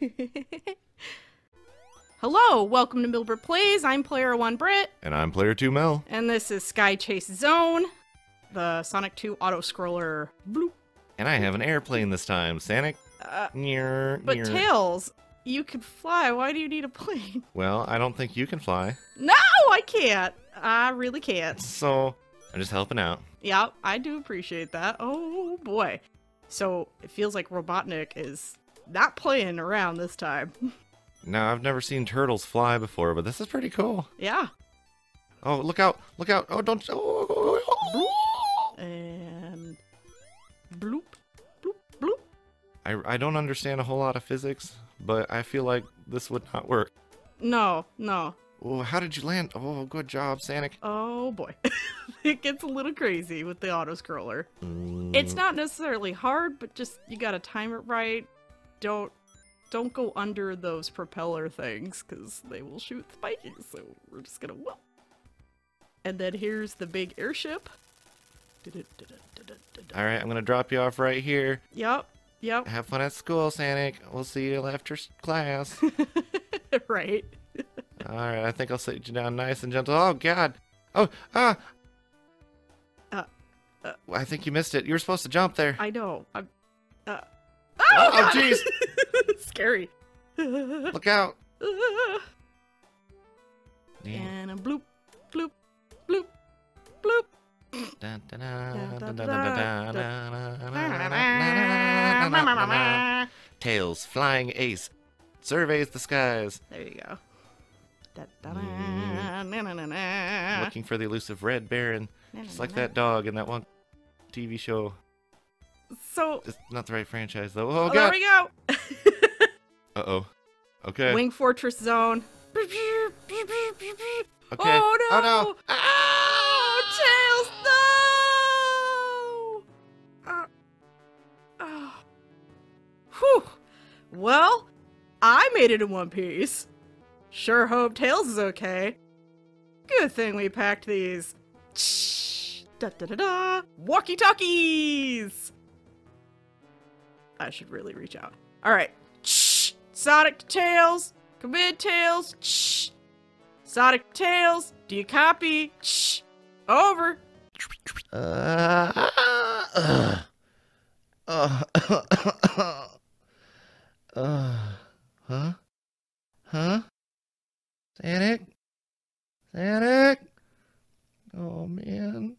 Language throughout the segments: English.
Hello, welcome to Milbert Plays. I'm player one Britt, And I'm player two Mel. and this is Sky Chase Zone, the Sonic 2 auto scroller. Bloop. And I have an airplane this time, Sonic. Uh, Nyer, but nyer. Tails, you can fly. Why do you need a plane? Well, I don't think you can fly. No, I can't. I really can't. So I'm just helping out. Yeah, I do appreciate that. Oh boy. So it feels like Robotnik is not playing around this time. Now, I've never seen turtles fly before, but this is pretty cool. yeah. Oh, look out. Look out. Oh, don't. Oh, oh, oh, oh. And bloop, bloop, bloop. I, I don't understand a whole lot of physics, but I feel like this would not work. No, no. Oh, how did you land? Oh, good job, Sonic. Oh boy. it gets a little crazy with the auto scroller. It's Mm, not necessarily hard, but just you gotta time it right. Don't don't go under those propeller things because they will shoot spiky. So we're just gonna whoop. And then here's the big airship. All right, I'm going to drop you off right here. Yep, yep, Have fun at school, Sonic. We'll see you after s- class. right. All right, I think I'll sit you down nice and gentle. Oh God! Oh ah! Uh, uh. Well, I think you missed it. You were supposed to jump there. I know. I'm. Uh... Oh, God! jeez. Scary. Look out! and a bloop, bloop, bloop, bloop. Dun, dun, Dun, dun, dun, dun, dun, dun, dun, dun, dun, dun, dun, dun, dun. Tails, flying ace, surveys the skies, There you go. Da-da-da, Mm. na-na-na-na, looking for the elusive red baron, just like na-na-na. that dog in that one TV show. So, It's not the right franchise though. Oh oh, there God! we go. Uh oh. Okay. Wing Fortress Zone. Okay. Oh, Oh no. no! Oh, Tails, no! Uh, oh. Whew. Well, I made it in one piece. Sure hope Tails is okay. Good thing we packed these. Da da da da! Walkie talkies! I should really reach out. Alright. Sonic to Tails! Come in, Tails! Shh. Sonic to Tails! Do you copy? Shh. Over! Uh, uh, uh, uh, huh? Huh? Sanic? Sanic? Oh, man.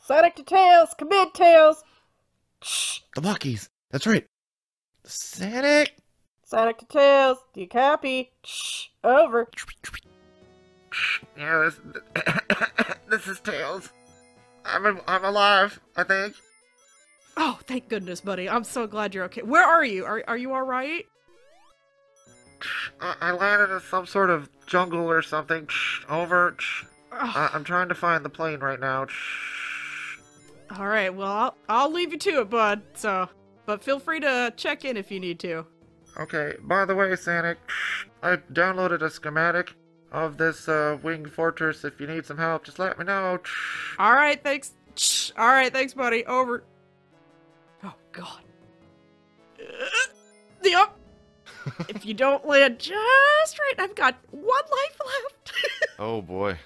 Sonic to Tails! Come in, Tails! The Luckies. That's right. Sanic? Sonic to Tails! Do you copy? Shh. Over! Yeah, this, this is Tails. I'm, I'm alive, I think. Oh, thank goodness, buddy. I'm so glad you're okay. Where are you? Are, are you alright? I, I landed in some sort of jungle or something. Over. I, I'm trying to find the plane right now. All right, well, I'll, I'll leave you to it, bud. So, but feel free to check in if you need to. Okay, by the way, Sanic, I downloaded a schematic of this uh, winged fortress. If you need some help, just let me know. All right, thanks. Shh. All right, thanks, buddy. Over. Oh God. Uh, Yup. if you don't land just right, I've got one life left. Oh boy.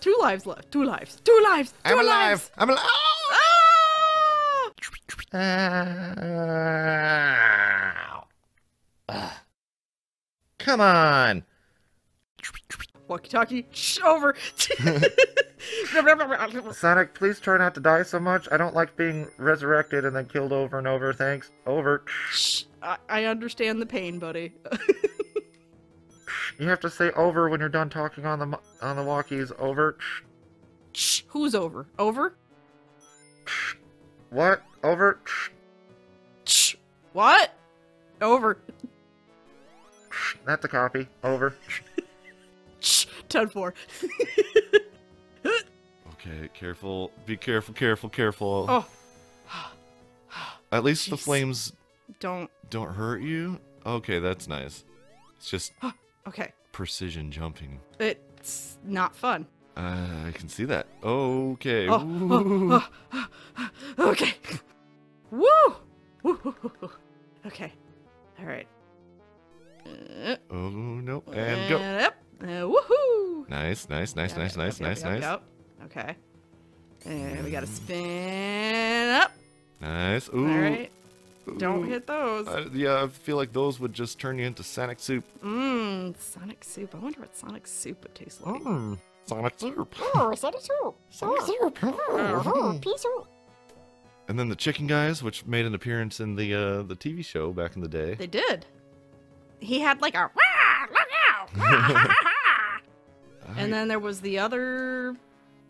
two lives left. Two lives. Two lives. 2 lives. I'm alive! Ah! Ugh. Ah. Come on! Walkie-talkie. Shh. Over. Sonic, please try not to die so much. I don't like being resurrected and then killed over and over. Thanks. Over. Shh. I, I understand the pain, buddy. You have to say over when you're done talking on the mo- on the walkies. Over. Shh. Who's over? Over. What? Over. Shh. What? Over. That's a copy. Over. Shh. 10 4. Okay, careful. Be careful, careful, careful. Oh. At least the jeez. flames Don't. don't hurt you. Okay, that's nice. It's just Okay. precision jumping. It's not fun. Uh, I can see that. Okay. Oh, Ooh. oh, oh, oh, okay. Woo! Woo, hoo, hoo, hoo. Okay. All right. Uh, Oh, no. And go. Up. Uh, woohoo! Nice, nice, nice, Yep, nice, yep, nice, yep, nice, yep, nice. yep. Okay. And we gotta spin up. Nice. Ooh. All right. Don't ooh. hit those. Uh, yeah, I feel like those would just turn you into Sonic Soup. Mmm, Sonic soup. I wonder what Sonic soup would taste like. Mm, Sonic Soup. Oh, is that a true? Sonic Soup. Uh-huh. Oh, peace out. And then the chicken guys, which made an appearance in the uh, the TV show back in the day. They did. He had like a. Ah, look out! Ah, ha, ha, And then there was the other.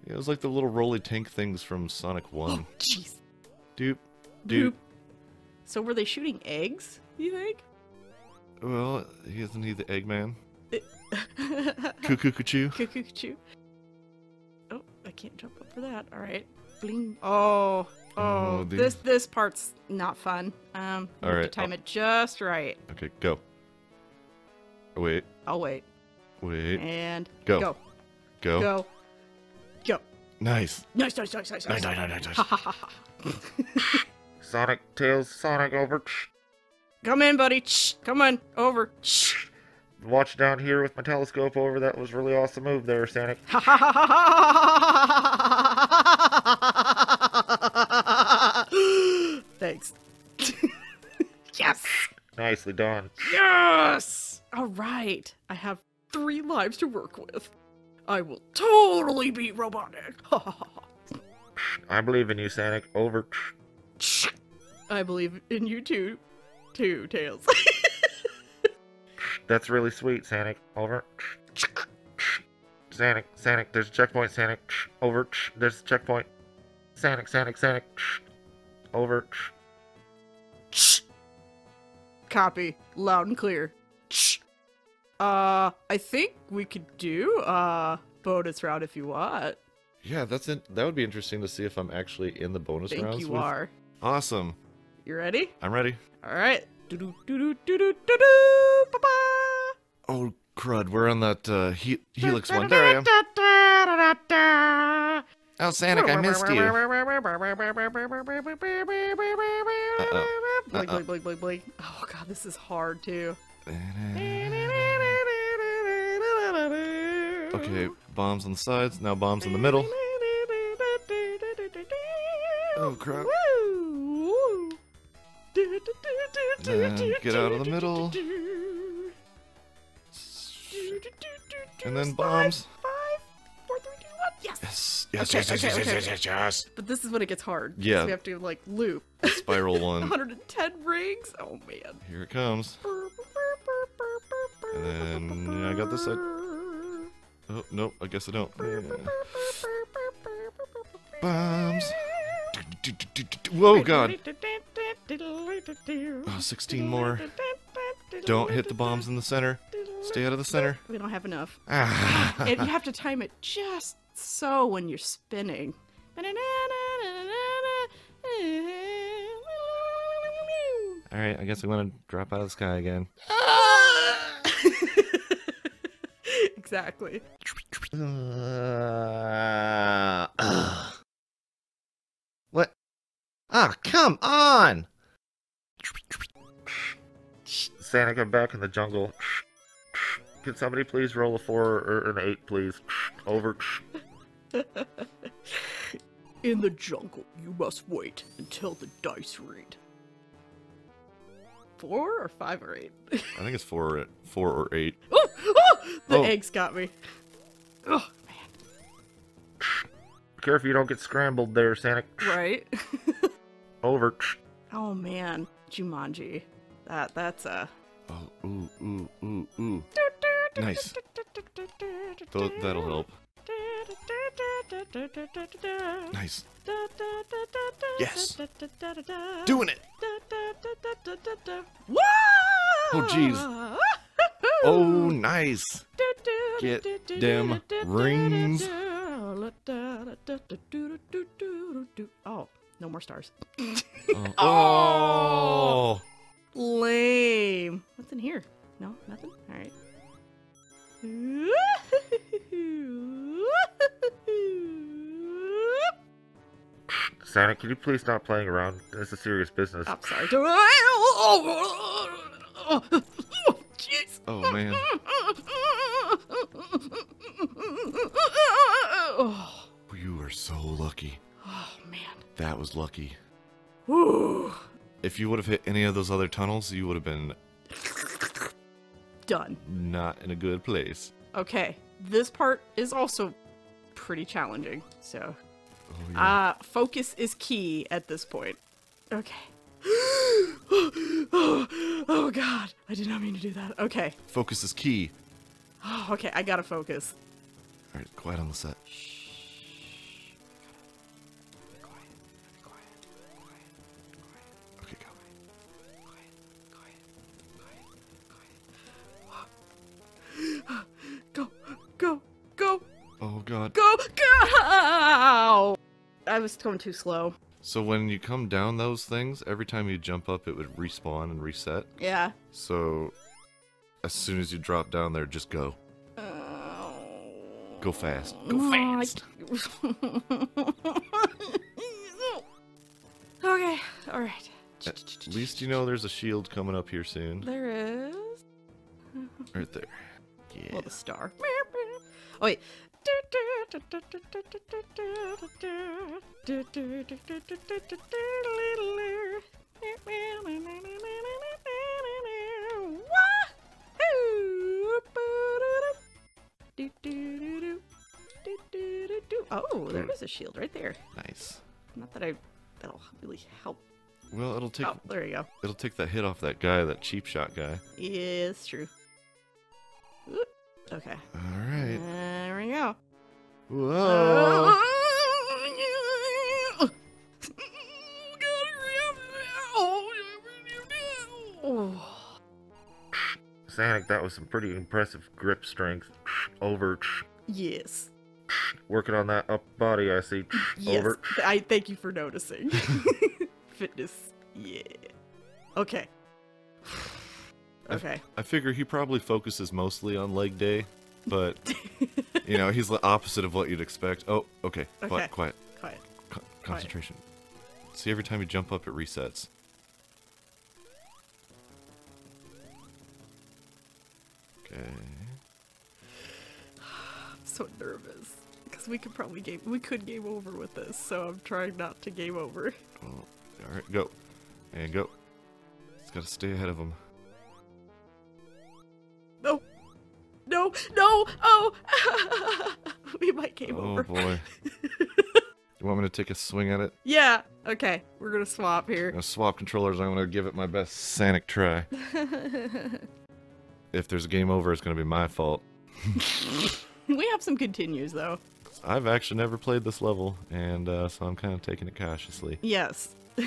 it was like the little roly tank things from Sonic One. Jeez. Doop, doop. Boop. So were they shooting eggs? You think? Well, isn't he the Eggman? Cuckoo, Cuckoo, cuckoo. cuckoo. choo. Oh, I can't jump up for that. All right. Bling. Oh, oh, Oh, the- this this part's not fun. Um, you All have to right, time oh. it just right. Okay, go. Wait, I'll wait. wait. And Go. go, Go. go, go. Nice. Nice, nice, nice, nice, Nice, nice. nice, nice, nice. Ha ha ha ha. Sonic Tails, Sonic over. Come in, buddy. Shh. Come on, over. Shh. Watch down here with my telescope over. That was really awesome move there, Sonic. Thanks. yes. Nicely done. Yes. All right. I have three lives to work with. I will totally beat Robotnik. I believe in you, Sonic. Over. I believe in you too. Two tails. That's really sweet, Sonic. Over. Sonic, Sonic, there's a checkpoint, Sonic. Over. There's a checkpoint. Sonic, Sonic, Sonic. Over. Copy. Loud and clear. Uh, I think we could do uh bonus round if you want. Yeah, that's in, that would be interesting to see if I'm actually in the bonus think rounds. you with- are. Awesome. You ready? I'm ready. All right. Doo-doo, doo-doo, doo-doo, doo-doo, ba-ba. Oh crud, we're on that uh, he- Helix one. There I am. Oh, Sonic, I missed you. Uh-oh. Blink, Uh-oh. blink, blink, blink, blink. Oh god, this is hard too. Okay, bombs on the sides, now bombs in the middle. Oh, crap. Woo. Then get out of the middle. And then bombs. Five, four, three, two, one. Yes. Yes, yes, Okay, yes, yes, okay, yes, okay. yes, yes, yes. But this is when it gets hard. 'cause Yeah. Um, We have to like loop. Spiral one. 110 rings. Oh man. Here it comes. And then I got this side. Oh, no, I guess I don't. Bombs. Whoa, God. Oh, 16 more. Don't hit the bombs in the center. Stay out of the center. We don't have enough. Ah. and you have to time it just so when you're spinning. All right, I guess we want to drop out of the sky again. exactly. Uh, ugh. What? Ah, come on! Sonic, I'm back in the jungle. Can somebody please roll a four or an eight, please? Over. In the jungle, you must wait until the dice read. Four or five or eight? I think it's four, or- four or eight. oh, oh, the Oh. eggs got me. Oh, Care if you don't get scrambled there, Sonic. right. Over. oh man, Jumanji. That that's a. Oh, ooh, ooh, ooh, ooh. Nice. Tho- that'll help. Nice. Yes. Doing it. Whoa! Oh, jeez. Oh, nice. Get them rings. Oh, no more stars. Oh. Oh. Lame. What's in here? No, nothing. All right. I'm Sonic, can you please stop playing around? This is serious business. sorry. Oh, jeez. Oh man. Oh, You are so lucky. oh, man. That was lucky. Ooh. If you would have hit any of those other tunnels, you would have been Done. not in a good place. Okay. This part is also pretty challenging. So, Oh yeah. uh, focus is key at this point. Okay. oh, oh, God. I did not mean to do that. Okay. Focus is key. Oh, okay. I gotta focus. All right, quiet on the set. Okay, go. Go, go, go, Oh god. go, go! I was going too slow. So when you come down those things, every time you jump up, it would respawn and reset. Yeah. So as soon as you drop down there, just go. Go fast. Oh, Go fast. okay, alright. At least you know there's a shield coming up here soon. There is. Right there. Yeah. Well, the star. Oh, wait. Oh, there is a shield right there. Nice. Not that I. That'll really help. Well, it'll take Oh, there you go. it'll take that hit off that guy, that cheap shot guy. Yeah, it's true. Oop. Okay. All right. There we go. Oh. Whoa. Sonic, that was some pretty impressive grip strength. Over. Yes. Working on that up body, I see. Yes. Over. I thank you for noticing. Fitness. Yeah. Okay. Okay. I figure he probably focuses mostly on leg day, but you know he's the opposite of what you'd expect. Oh, okay. Okay. Quiet. Quiet. Quiet. Con- concentration. See, every time you jump up, it resets. Okay. so nervous because we could probably game we could game over with this so i'm trying not to game over Well, all right, go. And go. It's got to stay ahead of him. no no no oh we might game oh, over boy. you want me to take a swing at it? yeah okay we're gonna swap I'm here going to swap controllers. I'm going to give it my best Sonic try. if there's a game over, it's going to be my fault. we have some continues though I've actually never played this level, and uh, so I'm kind of taking it cautiously. yes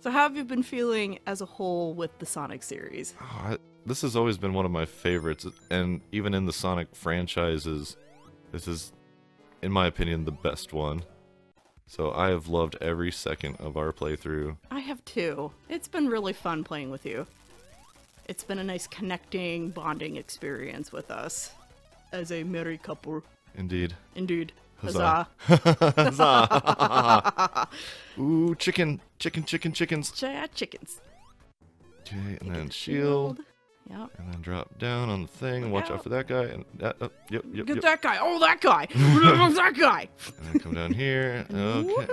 so how have you been feeling as a whole with the sonic series Oh, I, this has always been one of my favorites, and even in the Sonic franchises, this is, in my opinion, the best one. So I have loved every second of our playthrough. I have too. It's been really fun playing with you. It's been a nice connecting, bonding experience with us as a married couple. Indeed. Indeed. Huzzah. Huzzah. Huzzah. Ooh, chicken, chicken, chicken, chickens. Cha uh, chickens. Okay, and then Chicken shield, Yep. and then drop down on the thing. Watch out for that guy, and that, uh, yep, yep, Get yep. that guy. Oh, that guy. that guy. And then come down here. Okay.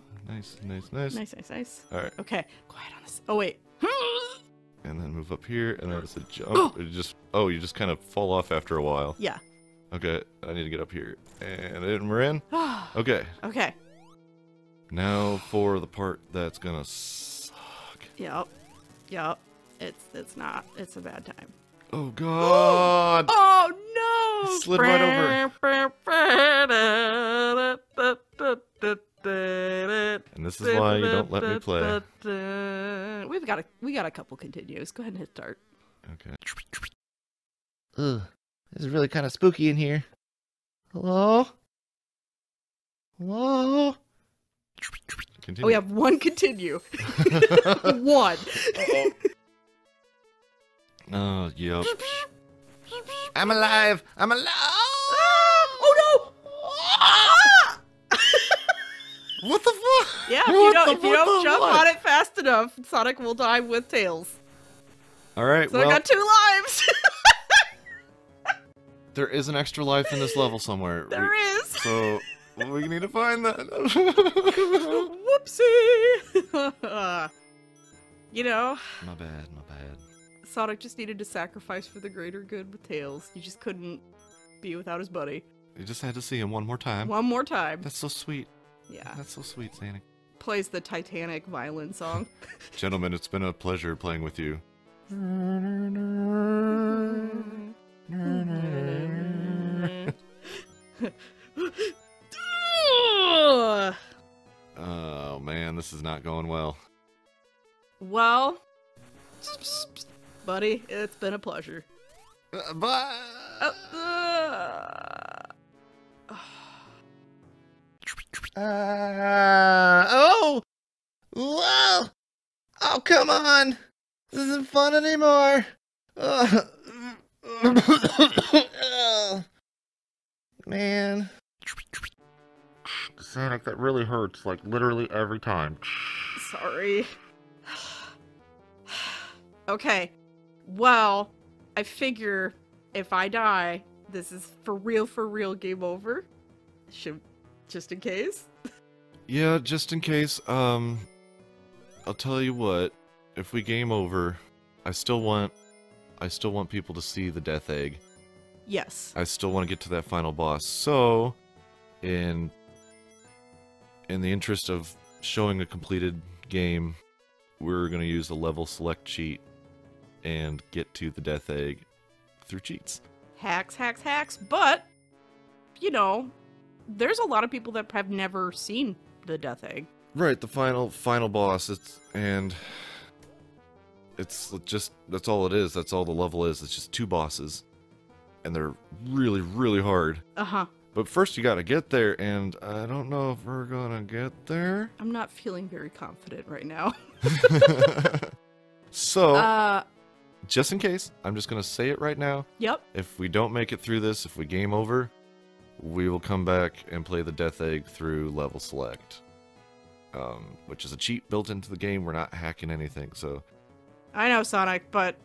Woohoo. nice, nice, nice. Nice, nice, nice. All right, Okay. Quiet on this. Oh, wait. and then move up here, and then it's a jump. It just oh, you just kind of fall off after a while. yeah. Okay, I need to get up here, and then we're in. Okay, okay. now for the part that's gonna suck. Yep. Yep. It's it's not. It's a bad time. Oh God! Oh no! Slid right over. over. And this is why you don't let me play. We've got a we got a couple continues. Go ahead and hit start. Okay. Ugh, this is really kind of spooky in here. Hello? Hello? Continue. Oh, we have one continue. one. Oh, yep. I'm alive. I'm alive. Oh no! Ah! What the fuck? Yeah, if you What don't, the- if you what don't the jump what? on it fast enough, Sonic will die with Tails. All right, So well, I got two lives. there is an extra life in this level somewhere. there We- is. So we need to find that. Whoopsie. you know, my bad, my bad. Sonic just needed to sacrifice for the greater good with Tails. You just couldn't be without his buddy. You just had to see him one more time. One more time. That's so sweet. Yeah. That's so sweet, Sonic. Plays the Titanic violin song. Gentlemen, it's been a pleasure playing with you. Oh man, this is not going well. well, buddy, it's been a pleasure. Uh, bye. Oh. Uh, Uh, oh! Whoa! Oh, come on! This isn't fun anymore! Ugh. Man. Sonic, that really hurts, like literally every time. Sorry. okay. Well, I figure if I die, this is for real, for real game over. Should, just in case. Yeah, just in case. Um, I'll tell you what. If we game over, I still want, I still want people to see the death egg. Yes. I still want to get to that final boss. So, in in the interest of showing a completed game, we're going to use a level select cheat and get to the death egg through cheats. Hacks, hacks, hacks. But, you know, there's a lot of people that have never seen the Death Egg. Right, the final final boss. It's and it's just that's all it is. That's all the level is. It's just two bosses, and they're really really hard. Uh huh. But first you got to get there, and I don't know if we're gonna get there. I'm not feeling very confident right now. so, Uh, just in case, I'm just going to say it right now. yep. If we don't make it through this, if we game over, we will come back and play the Death Egg through level select, um, which is a cheat built into the game. We're not hacking anything. So, I know, Sonic, but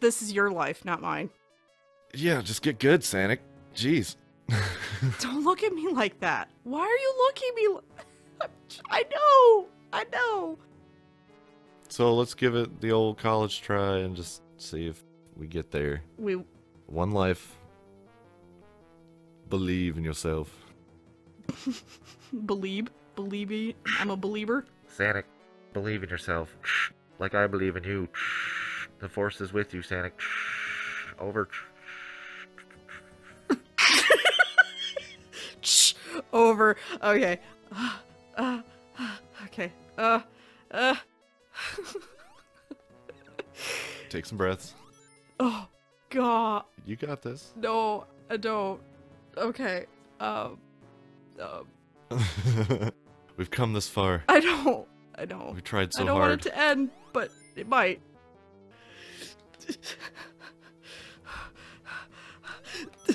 this is your life, not mine. yeah, just get good, Sonic. Jeez. Don't look at me like that. Why are you looking at me? li- I know. I know. so, let's give it the old college try and just see if we get there. We One life. Believe in yourself. believe. Believe. I'm a believer. Sonic, believe in yourself. Like I believe in you. The force is with you, Sonic. Over. Shh, over. Okay. Uh, uh, okay. Uh, uh. Take some breaths. oh, God. You got this. No, I don't. Okay. Um, um, We've come this far. I don't. I don't. We've tried so I don't hard. want it to end, but it might.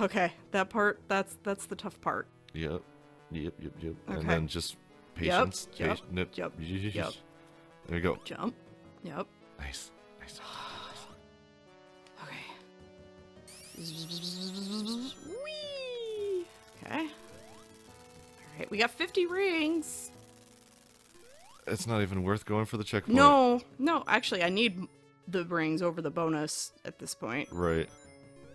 okay, that part. That's that's the tough part. Yep. Yep, yep, yep. Okay. And then just patience. yep, Pati- nip- yep, yep. There you go. Jump. Yep. Nice. Nice. Okay. Whee! Okay. All right, we got 50 rings. It's not even worth going for the checkpoint. No, no, actually, I need the rings over the bonus at this point. Right.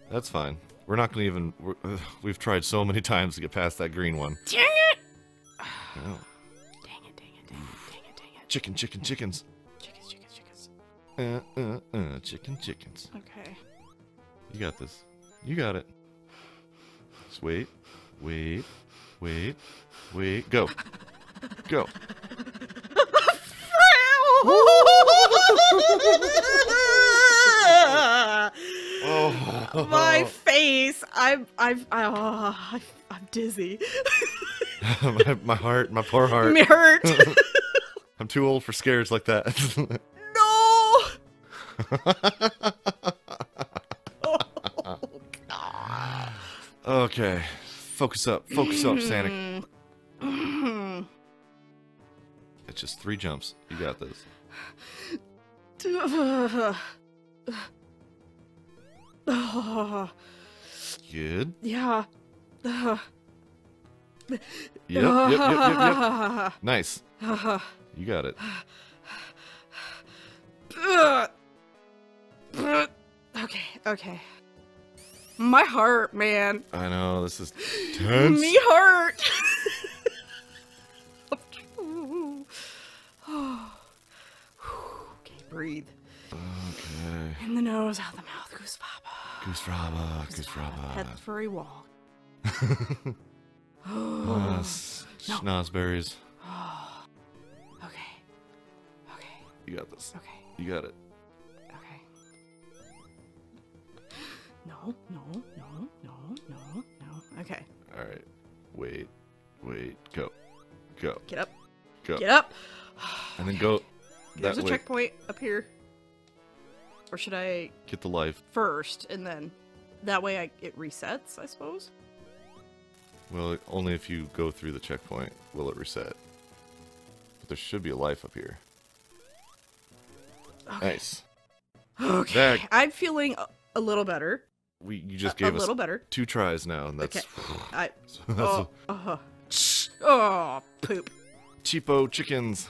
That's fine. We're not going to even. We're, uh, we've tried so many times to get past that green one. Dang it! Oh. Dang it, dang it, dang it, dang it, dang it. Chicken, chicken, chickens. Chickens, chickens, chickens. Uh, uh, uh, chicken, chickens. Okay. You got this. You got it. Just wait. Wait. Wait. Wait. Go. Go. Oh. My face. I'm, I'm, I, oh, I'm dizzy. my, my heart, my poor heart. Me hurt. I'm too old for scares like that. no. Ah. Okay. Focus up. Focus up, Sonic. Mm. Sonic. It's just three jumps. You got this. Good. yeah. Yep, Yep, yep, yep, yep, yep. Nice. You got it. Okay, okay. My heart, man. I know, this is tense. Me heart. okay, breathe. Okay. In the nose, out the mouth, goose papa. Goose Raba, Goose Pet the Raba. furry wall. Uh, Oh, s- Schnozberries. okay. Okay, You got this. okay, You got it. okay. No, no, no, no, no, no. Okay, All right. Wait. Wait. Go. Go. get up, Go. get up. And then go. There's Uh, that a way. checkpoint up here. Or should I Get the life. first and then that way I, it resets, I suppose? Well, only if you go through the checkpoint will it reset. But there should be a life up here. Nice. Okay. That- I'm feeling a, a little better. We you just a gave us little better. two tries now, and that's, Okay. I so that's oh, uh, oh poop. cheapo chickens.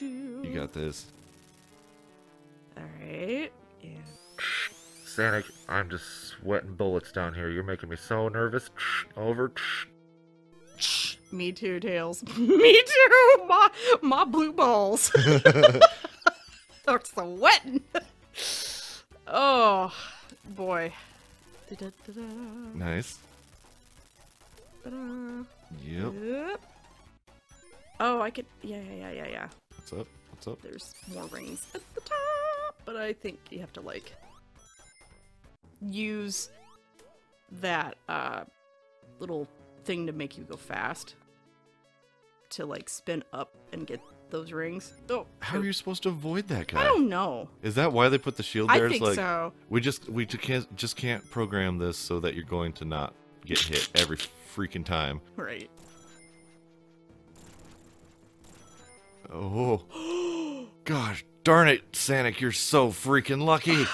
You got this. All right. Yeah. Sonic, I'm just sweating bullets down here. You're making me so nervous. Over. Me too, Tails. Me too. My my blue balls. They're sweating. oh boy. Da-da-da-da, Nice. da-da. Yep. Yep. Oh, I could. Yeah, yeah, yeah, yeah, yeah. What's up? What's up? There's more rings at the top, but I think you have to like use that uh little thing to make you go fast to like spin up and get those rings. Oh, How are you supposed to avoid that I guy? don't know. Is that why they put the shield I there? think it's like so. we just we just can't just can't program this so that you're going to not get hit every freaking time. Right. Oh. Gosh, darn it, Sanic, you're so freaking lucky.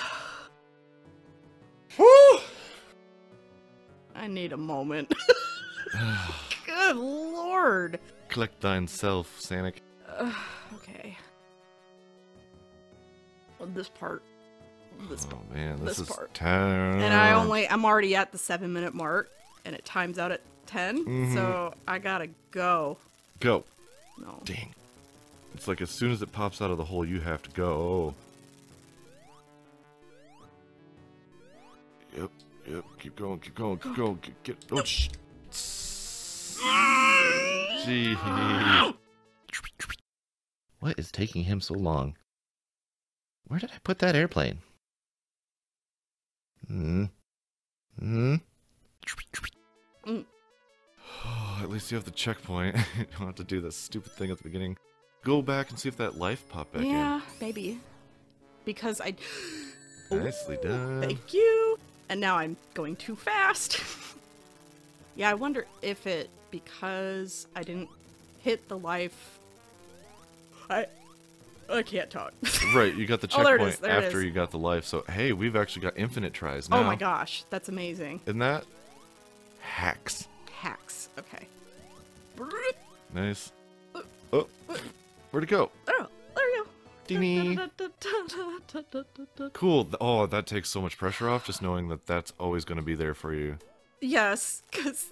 I need a moment. Good lord. Collect thine self, Sanic. Ugh, okay. This part. This part. Oh man, this, This is part. town. And I only I'm already at the seven minute mark and it times out at 10 Mm-hmm. So I gotta go. go. No. Dang. It's like as soon as it pops out of the hole, you have to go. Yep, yep. Keep going, keep going, keep going. Get, get. Oh, sh- Gee. What is taking him so long? Where did I put that airplane? Hmm. Hmm. Mm. At least you have the checkpoint. you don't have to do this stupid thing at the beginning. Go back and see if that life popped back Yeah, maybe. Because I in. Nicely done. thank you. And now I'm going too fast. yeah, I wonder if it because I didn't hit the life I I can't talk. Right, you got the Oh, there it checkpoint is, there it after is. you got the life. So hey, we've actually got infinite tries now. oh my gosh, that's amazing. Isn't that hacks? Hacks. Okay. Nice. Uh, Oh, where'd it go? Oh, there you go. Dingy. Cool. Th- Oh, that takes so much pressure off just knowing that that's always going to be there for you. Yes, because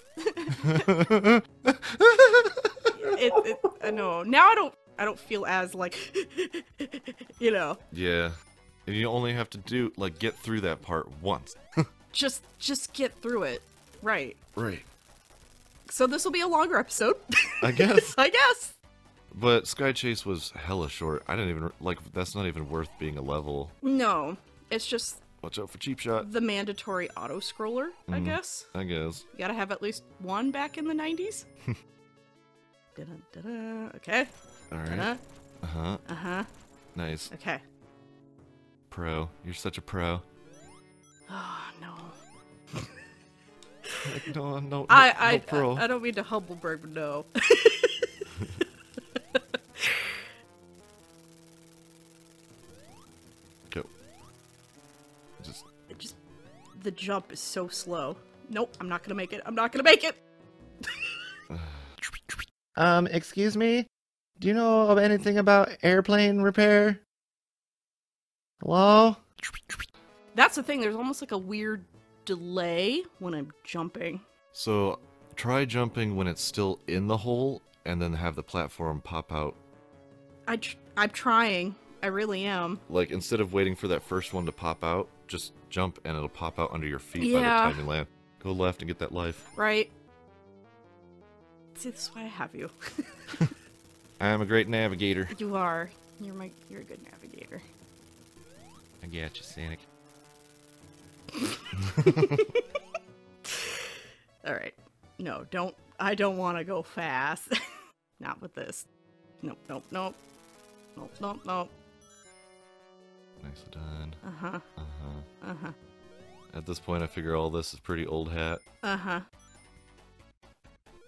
it, it. I know now. I don't. I don't feel as like, you know, Yeah. And you only have to do, like, get through that part once. just just get through it, right? Right. So this will be a longer episode, I guess. I guess. But Sky Chase was hella short. I didn't even, like, that's not even worth being a level. No, it's just Watch out for Cheap Shot. the mandatory auto scroller. I guess I guess. you gotta have at least one back in the nineties. Dun dun dun. Okay. All Uh right. Uh huh. huh. Uh-huh. Nice. Okay. Pro. You're such a pro. Oh no. Like, no, no, no, I, no I, uh, pearl. I, I don't mean to humble brag, but no. Go. Just It just the jump is so slow. Nope, I'm not gonna make it. I'm not gonna make it. Um, excuse me? Do you know of anything about airplane repair? Hello? That's the thing. There's almost like a weird delay when I'm jumping. so try jumping when it's still in the hole, and then have the platform pop out. I tr- I'm trying. I really am. Like instead of waiting for that first one to pop out, just jump and it'll pop out under your feet by Yeah. the time you land. Go left and get that life. Right. See, this is why I have you. I am a great navigator. you are. You're my. You're a good navigator. I got you, Sonic. All right. No, don't. I don't want to go fast. Not with this. Nope. Nope. Nope. Nope. Nope. Nope. Nicely done. Uh huh. Uh huh. Uh huh. At this point, I figure all this is pretty old hat. Uh huh.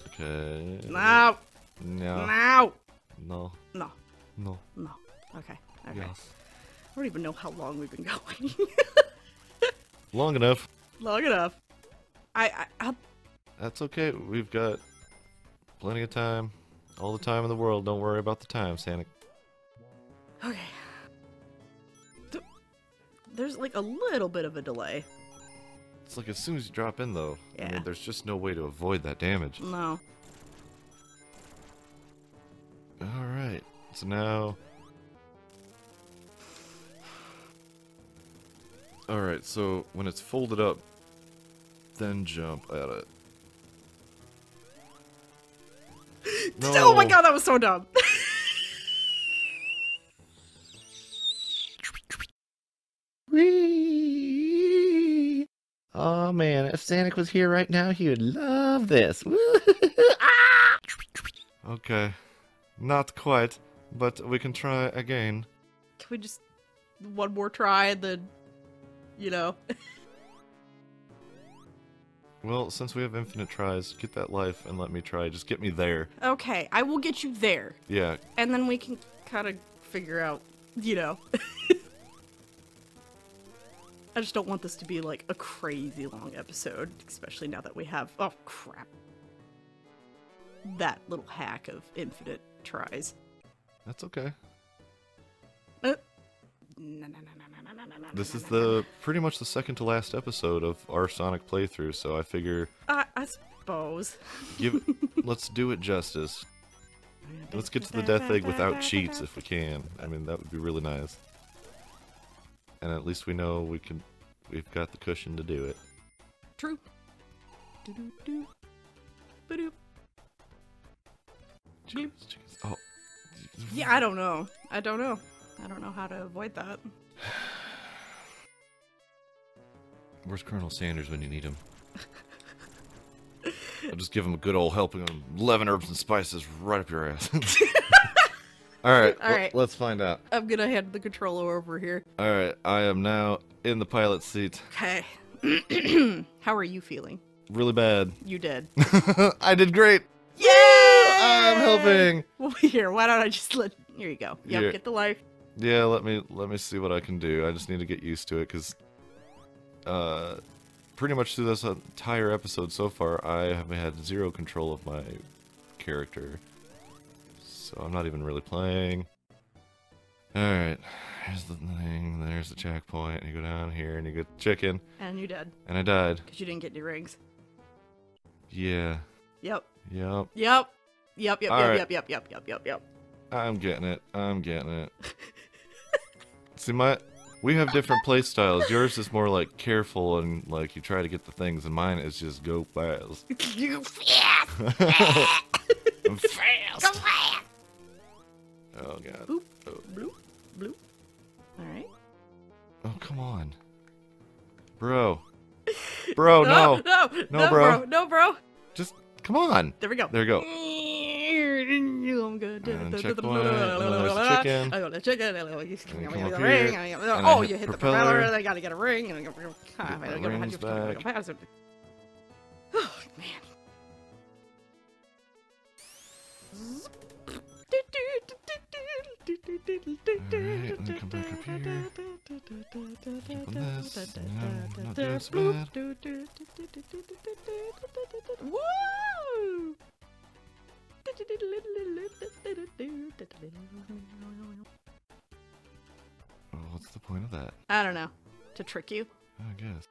Okay. No. No. No. No. No. No. No. Okay. Okay. Yes. I don't even know how long we've been going. Long enough. long enough. I, I, I That's okay. We've got plenty of time. All the time in the world. Don't worry about the time, Sonic. Okay. Th- There's like a little bit of a delay. It's like as soon as you drop in, though, I Yeah. Mm. mean, there's just no way to avoid that damage. No. All right. So now. All right. So when it's folded up, then jump at it. Oh my No. god, that was so dumb. Whee! Oh man, if Sonic was here right now, he would love this. Ah! Woo! Okay. Not quite, but we can try again. Can we just one more try and then, you know? Well, since we have infinite tries, get that life and let me try. Just get me there. Okay, I will get you there, Yeah. and then we can kind of figure out, you know. I just don't want this to be like a crazy long episode, especially now that we have oh crap that little hack of infinite tries. That's okay. Uh, no, no, no, no, no, no, no, no, This no, is no, no. the pretty much the second to last episode of our Sonic playthrough, so I figure I, I suppose. give let's do it justice. Let's get to the death egg without cheats if we can. I mean, that would be really nice. And at least we know we can we've got the cushion to do it. True. Do-do-do. Ba-doop. Chickens, chickens. Oh. Yeah, I don't know. I don't know. I don't know how to avoid that. Where's Colonel Sanders when you need him? I'll just give him a good old helping of eleven herbs and spices right up your ass. All right, All right. let's find out. I'm gonna hand the controller over here. All right, I am now in the pilot seat. Okay. how are you feeling? Really bad. You did. I did great. Yeah. I'm helping. Well, here. Why don't I just let? Here you go. Yep. Here. Get the life. Yeah, let me let me see what I can do. I just need to get used to it because, uh, pretty much through this entire episode so far, I have had zero control of my character, so I'm not even really playing. All right, here's the thing. There's the checkpoint. You go down here and you get chicken, And you did and I died. because you didn't get any rings. Yeah, Yep. yep. Yep. Yep. Yep. All yep. right. Yep. Yep. Yep. Yep. Yep. Yep. I'm getting it. I'm getting it. See, my we have different play styles. Yours is more like careful and like you try to get the things, and mine is just go fast. You fat I'm fast. glad. Oh god. Boop. Oh, Bloop. Bloop. All right. oh, come on, bro. Bro, Oh, no, No. No, No, bro. No, bro. just come on. There we go. There you go. I'm good. And check one, and then there's the chicken. I got a chicken. and I just- And I you gotta come get up a ring, here, I gotta- and I Oh, hit you hit the propeller. propeller. and I gotta get a ring. And I gotta- the I gotta- rings I gotta- back. man. Alright, let me come back up here. Click on this. No, not doing so Woo! Well, what's the point of that? I don't know. To trick you. I guess.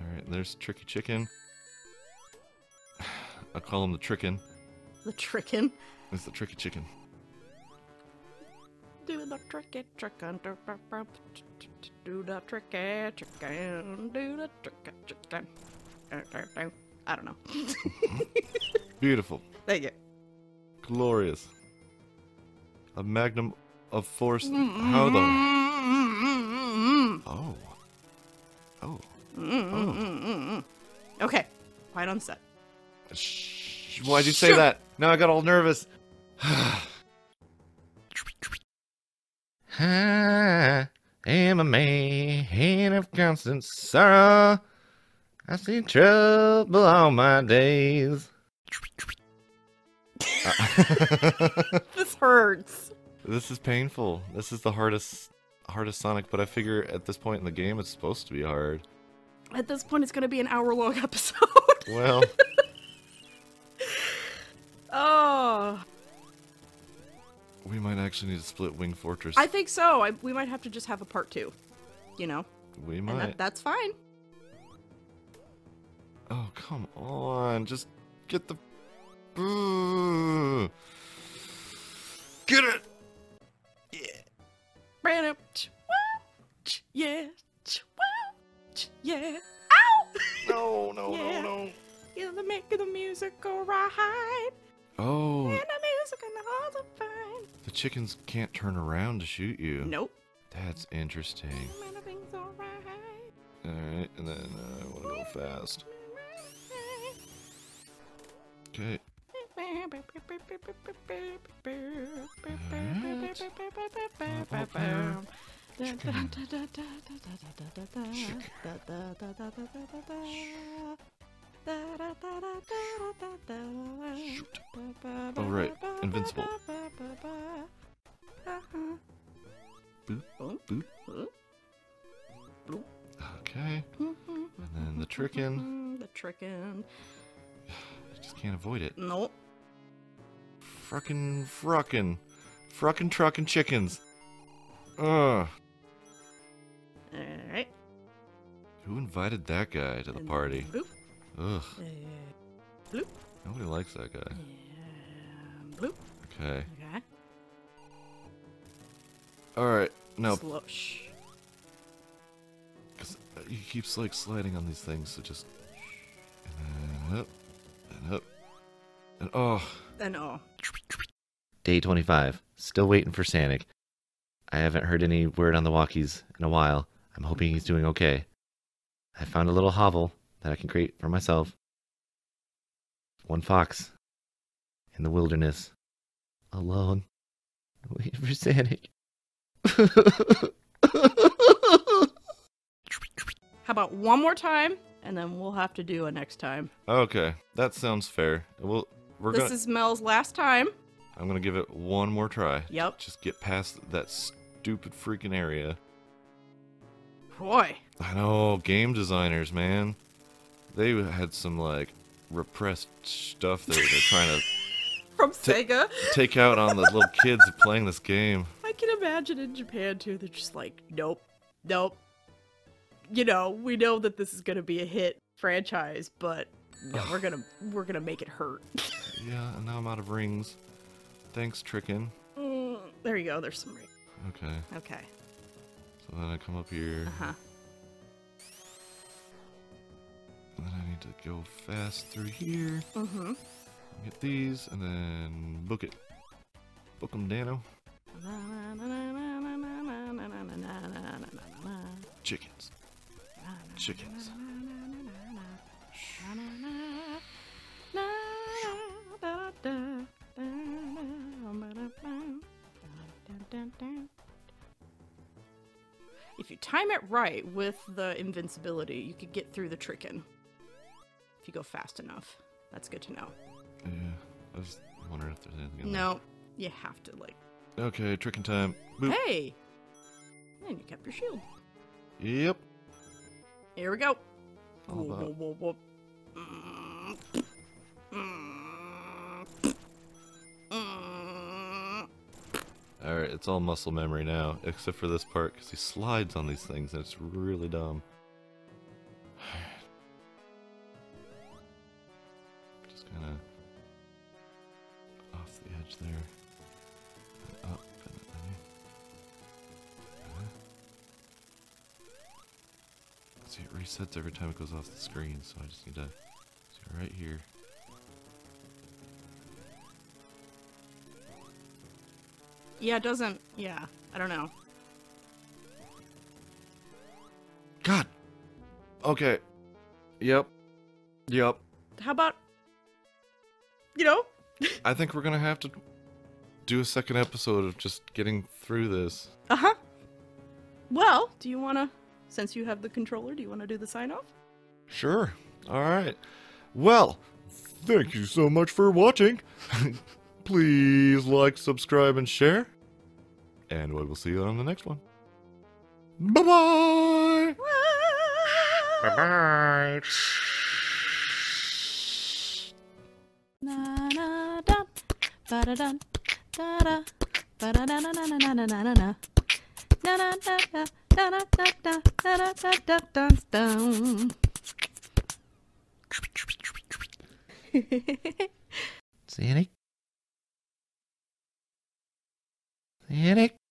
All right, there's Tricky Chicken. I call him the Trickin. The trickin'. It's the Tricky Chicken. Do the tricky trickin'. Do, bop, bop, t- t- t- do the tricky trickin'. Do the tricky trickin'. Do, do, do. I don't know. Beautiful, Thank you. glorious. A magnum of force. How Mm-hmm. the? Oh. Oh. Okay. Quiet on set. Shh. Why'd you say that? Now I got all nervous. I am a man of constant sorrow. I see trouble all my days. This hurts. This is painful. This is the hardest hardest Sonic, but I figure at this point in the game it's supposed to be hard. At this point, it's going to be an hour long episode. Well, oh. we might actually need to split Wing Fortress. I think so. I, we might have to just have a part two. You know? we And might. that, that's fine. Oh, come on. Just get the Ugh. Get it. Ran up. ch- wow, ch- Yeah. ch- wow, ch- Yeah. Ow! No, no, Yeah. no, no. You're the make of the music go right. Oh, And the music and the hearts are fine. the chickens can't turn around to shoot you. Nope. That's interesting. And everything's alright. All right, and then uh, I want to go fast. Okay. Shoot. Oh, right. Invincible. Boop, boop. Okay. And then the trickin. The trickin. You just can't avoid it. Nope. Fruckin' fruckin'. Fruckin' truckin' chickens. Ugh. Alright. Who invited that guy to the And party? Boop. Ugh. Uh, bloop. Nobody likes that guy. And bloop. Okay. Okay. Alright. No, Slow. Shh. because he keeps like sliding on these things, so just. And then up. And up. And oh. Then oh. Day 25. Still waiting for Sanic. I haven't heard any word on the walkies in a while. I'm hoping he's doing okay. I found a little hovel that I can create for myself. One fox. In the wilderness. Alone. Waiting for Sanic. How about one more time, and then we'll have to do a next time. Okay. That sounds fair. Well, we're this gonna. is Mel's last time. I'm gonna give it one more try. Yep. Just get past that stupid freaking area. Boy. I know, game designers, man. They had some like repressed stuff that they're trying to From Sega. take out on the little kids playing this game. I can imagine in Japan too, they're just like, nope, nope. You know, we know that this is gonna be a hit franchise, but no, we're gonna we're gonna make it hurt. Yeah, and now I'm out of rings. Thanks, Trickin. Mm, there you go, there's some ring. Okay, Okay. so then I come up here, Uh-huh. and then I need to go fast through here, Mm-hmm. get these, and then book it. Book 'em, Dano. Chickens. Chickens. If you time it right with the invincibility, you could get through the trickin. you go fast enough. That's good to know. Yeah, I was wondering if there's anything. in No, you have to like. There. Okay, tricking time. Boop. Hey, and you kept your shield. Yep. Here we go. All Whoa, about- whoa, whoa, whoa. Mm. Mm. All right, it's all muscle memory now, except for this part because he slides on these things and it's really dumb. Just kind of off the edge there, and up and then- Uh-huh. See, it resets every time it goes off the screen, so I just need to see right here. Yeah, it doesn't. Yeah, I don't know. God. Okay. Yep. Yep. How about, you know, I think we're gonna have to do a second episode of just getting through this. Uh huh. Well, do you want to, since you have the controller, do you want to do the sign off? Sure. All right. Well, thank you so much for watching. Please like, subscribe, and share. And we will see you on the next one. Bye bye. Bye bye. Na na da, ba da da, da da, ba da na na na na na na na na. Na na da da, da da da da, da da da da da da. Sonic? Sonic?